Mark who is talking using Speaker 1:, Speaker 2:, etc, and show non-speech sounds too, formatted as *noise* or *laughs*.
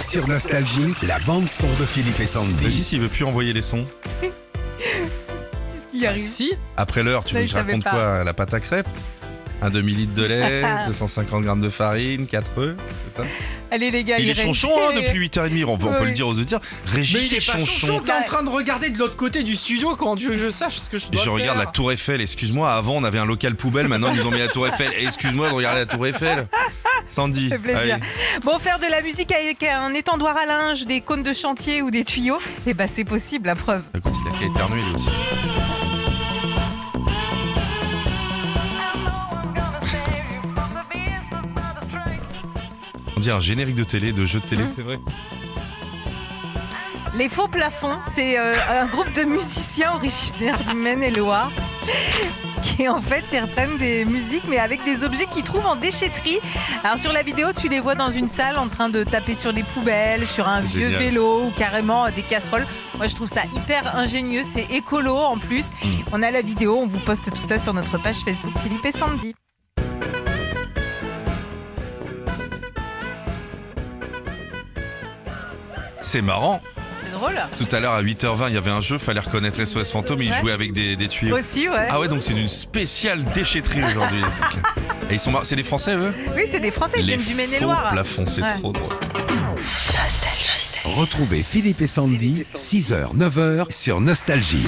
Speaker 1: Sur Nostalgie, la bande-son de Philippe et Sandy.
Speaker 2: Régis, il veut plus envoyer les sons.
Speaker 3: Qu'est-ce qui arrive
Speaker 4: Si,
Speaker 2: Après l'heure, tu
Speaker 3: Là,
Speaker 2: nous
Speaker 3: il savait
Speaker 2: racontes
Speaker 3: pas.
Speaker 2: quoi La pâte à crêpes Un demi-litre de lait, 250 grammes de farine, 4 œufs, c'est ça
Speaker 3: Allez les gars,
Speaker 2: Il est
Speaker 3: reste-
Speaker 2: chonchon hein, depuis 8h30, on, peut- on peut
Speaker 3: Oui.
Speaker 2: le dire aux auditeurs.
Speaker 4: mais
Speaker 2: Régis
Speaker 4: il
Speaker 2: est
Speaker 4: est pas chonchon,
Speaker 2: chonchon.
Speaker 4: t'es en train de regarder de l'autre côté du studio quand tu veux que je sache ce que je dois
Speaker 2: Je regarde la
Speaker 4: faire.
Speaker 2: tour Eiffel, excuse-moi, avant on avait un local poubelle, maintenant ils nous ont mis la tour Eiffel. Excuse-moi de regarder la tour Eiffel. Sandy,
Speaker 3: Ça fait plaisir.
Speaker 2: allez.
Speaker 3: Bon, faire de la musique avec un étendoir à linge, des cônes de chantier ou des tuyaux, eh ben c'est possible, la preuve.
Speaker 2: Bah, Écoute, il a qu'à éternuer lui aussi. On dirait un générique de télé, de jeu de télé, c'est vrai.
Speaker 3: Les Faux Plafonds, c'est euh, un groupe de musiciens originaires du Maine-et-Loire qui en fait ils reprennent des musiques mais avec des objets qu'ils trouvent en déchetterie. Alors sur la vidéo, tu les vois dans une salle en train de taper sur des poubelles, sur un
Speaker 2: C'est
Speaker 3: vieux
Speaker 2: génial.
Speaker 3: vélo ou carrément euh, des casseroles. Moi, je trouve ça hyper ingénieux, c'est écolo en plus.
Speaker 2: Mm.
Speaker 3: On a la vidéo, on vous poste tout ça sur notre page Facebook Philippe et Sandy.
Speaker 2: C'est marrant.
Speaker 3: C'est drôle.
Speaker 2: Tout à l'heure à 8h20, il y avait un jeu, fallait reconnaître SOS Fantôme, ils
Speaker 3: Ouais.
Speaker 2: jouaient avec des, des tuyaux.
Speaker 3: Aussi, ouais.
Speaker 2: Ah ouais, donc c'est une spéciale déchetterie aujourd'hui.
Speaker 3: *laughs*
Speaker 2: C'est clair. Et ils sont mar- c'est des Français eux
Speaker 3: Oui, c'est des Français, ils
Speaker 2: Les
Speaker 3: viennent du
Speaker 2: faux
Speaker 3: Maine-et-Loire.
Speaker 2: plafonds, c'est
Speaker 3: Ouais.
Speaker 2: trop drôle.
Speaker 1: Retrouvez Philippe et Sandy, 6h, 9h sur Nostalgie.